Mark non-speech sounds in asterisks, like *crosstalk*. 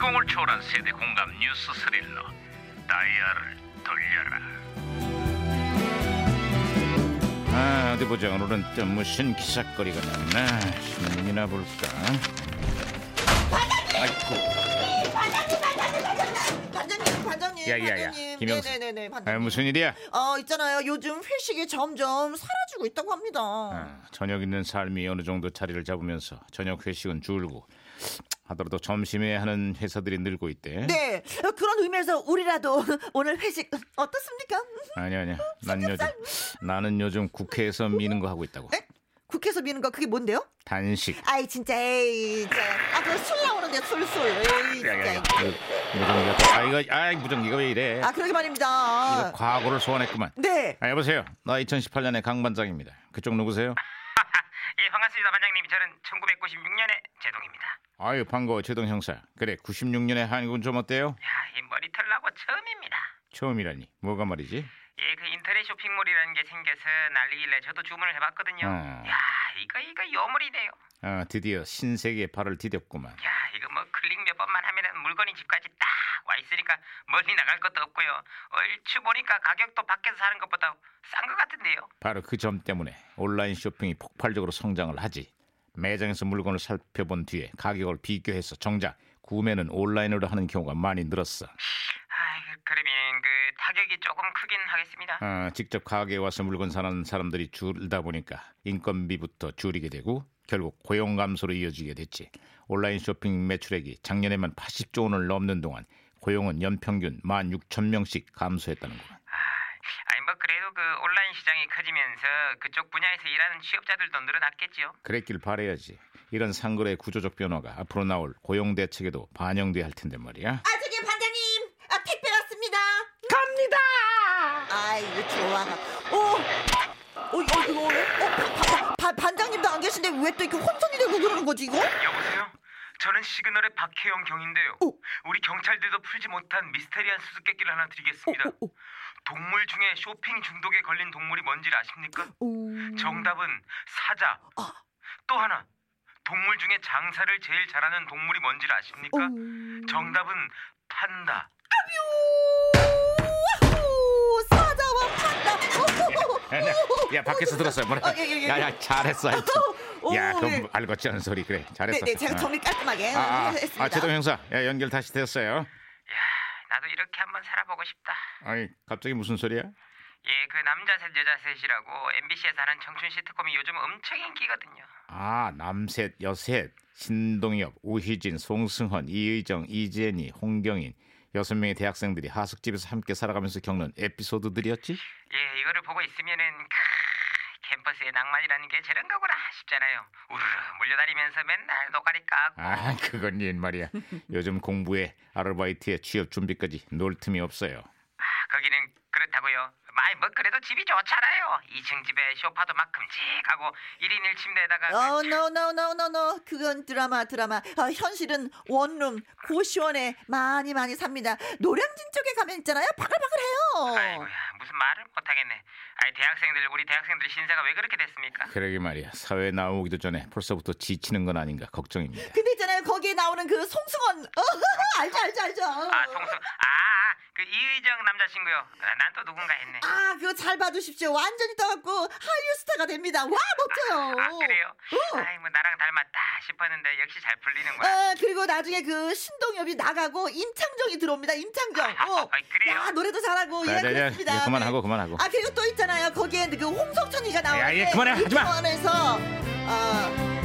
폭풍을 초월한 세대 공감 뉴스 스릴러 다이아를 돌려라 아 어디 보자 오늘은 또 무슨 기사거리가 났나 신문이나 볼까 아이고 반장님, 반장님, 야, 야, 야. 반장님. 김영수. 네네네, 아, 반장님. 무슨 일이야 어, 있잖아요. 요즘 회식이 점점 사라지고 있다고 합니다. 아, 저녁 있는 삶이 어느 정도 자리를 잡으면서 저녁 회식은 줄고 하더라도 점심에 하는 회사들이 늘고 있대 네, 그런 의미에서 우리라도 *laughs* 오늘 회식 어떻습니까? 아니 아니야 난 요즘 나는 요즘 국회에서 미는 거 하고 있다고 에? 네? 국회에서 미는 거 그게 뭔데요? 단식 아이 진짜 에이 진짜 아 그거 술 나오는데 술술 에이 진짜 무정기가 또- 아 이거 아 무정기가 왜 이래? 아 그러게 이거 말입니다 과거를 소환했구만. 네 아 여보세요. 나 2018년의 강 반장입니다. 그쪽 누구세요? 예, 반갑습니다, 반장님. 저는 1996년에 제동입니다. 아유 반가워 최동 형사. 그래 96년의 한국은 좀 어때요? 야, 이 머리털 나고 처음입니다. 처음이라니 뭐가 말이지? 예, 그 인터넷 쇼핑몰이라는 게 생겨서 난리길래 저도 주문을 해봤거든요. 음. 야, 이거 이거 요물이네요. 아 드디어 신세계에 발을 디뎠구만. 야, 이거 뭐 클릭 몇 번만 하면은 물건이 집까지 딱 와 있으니까 멀리 나갈 것도 없고요. 얼추 보니까 가격도 밖에서 사는 것보다 싼 것 같은데요. 바로 그 점 때문에 온라인 쇼핑이 폭발적으로 성장을 하지. 매장에서 물건을 살펴본 뒤에 가격을 비교해서 정작 구매는 온라인으로 하는 경우가 많이 늘었어. 아, 그러면 그 타격이 조금 크긴 하겠습니다. 아, 직접 가게에 와서 물건 사는 사람들이 줄다 보니까 인건비부터 줄이게 되고 결국 고용 감소로 이어지게 됐지. 온라인 쇼핑 매출액이 작년에만 80조 원을 넘는 동안 고용은 연평균 16,000명씩 감소했다는 거야. 아니 뭐 그래도 그 온라인 시장이 커지면서 그쪽 분야에서 일하는 취업자들도 늘어났겠지요. 그랬길 바래야지. 이런 상거래 구조적 변화가 앞으로 나올 고용 대책에도 반영돼야 할 텐데 말이야. 아 저기 반장님 아 택배 왔습니다 갑니다 아이 거 좋아 오 어, 이거, 이거, 어, 바, 바, 바, 반장님도 안 계신데 왜 또 이렇게 혼선이 되고 그러는 거지, 이거? 여보세요? 저는 시그널의 박혜영 경인데요. 오. 우리 경찰들도 풀지 못한 미스테리한 수수께끼를 하나 드리겠습니다. 오, 오, 동물 중에 쇼핑 중독에 걸린 동물이 뭔지 아십니까? 어. 오. 정답은 사자. 또 하나. 동물 중에 장사를 제일 잘하는 동물이 뭔지 아십니까? 어. 오. 정답은 판다. 오, 사자와 판다. 야, 야 밖에서 들었어요. 뭐래? 어, 예, 예, 예. 야, 야, 잘했어. 하여튼. 오, 야, 예. 그건 알것지 않은 소리. 그래, 잘했어. 네네, 제가 어. 정리 깔끔하게 아, 아, 했습니다. 아, 최동 형사, 야, 연결 다시 됐어요. 야, 나도 이렇게 한번 살아보고 싶다. 아니, 갑자기 무슨 소리야? 예, 그 남자 셋 여자 셋이라고 MBC에서 하는 청춘 시트콤이 요즘 엄청 인기거든요. 아, 남셋, 여셋, 신동엽, 우희진, 송승헌, 이의정, 이재니, 홍경인 여섯 명의 대학생들이 하숙집에서 함께 살아가면서 겪는 에피소드들이었지? 예, 이거를 보고 있으면은 크, 캠퍼스의 낭만이라는 게 저런 거구나 싶잖아요. 우르르 몰려다니면서 맨날 노가리 까고 아, 그건 옛말이야. 요즘 공부에 아르바이트에 취업 준비까지 놀 틈이 없어요. 아, 거기는 그렇다고요. 마이 뭐 그래도 집이 좋잖아요. 2층 집에 쇼파도 막 큼직하고 1인 1침대에다가 어, no, no, no, no, no. 그건 드라마, 드라마. 어, 현실은 원룸, 고시원에 많이 많이 삽니다. 노량진 쪽에 가면 있잖아요. 바글바글해요. 아이고야 무슨 말을 못하겠네. 아이 대학생들 우리 대학생들 신세가 왜 그렇게 됐습니까? 그러게 말이야. 사회에 나오기도 전에 벌써부터 지치는 건 아닌가 걱정입니다. 근데 있잖아요. 거기에 나오는 그 송승헌. 어, *laughs* 알죠, 알죠, 알죠. 아 송수 아그 이의정 남자친구요. 난 또 누군가 했네. 아, 그거 잘 봐주십시오. 완전히 떠갖고 한류 스타가 됩니다. 와, 멋져요. 어. 아 그래요? 아이 뭐 나랑 닮았다 싶었는데 역시 잘 풀리는 거야. 아, 그리고 나중에 그 신동엽이 나가고 임창정이 들어옵니다. 임창정. 어. 아이, 그래요? 야, 노래도 잘하고. 자, 예, 자, 자, 그렇습니다. 예, 그만하고, 그만하고. 아, 그리고 또 있잖아요. 거기에 그 홍석천이가 나오는데 야, 예, 그만해, 하지 마. 하면서 어,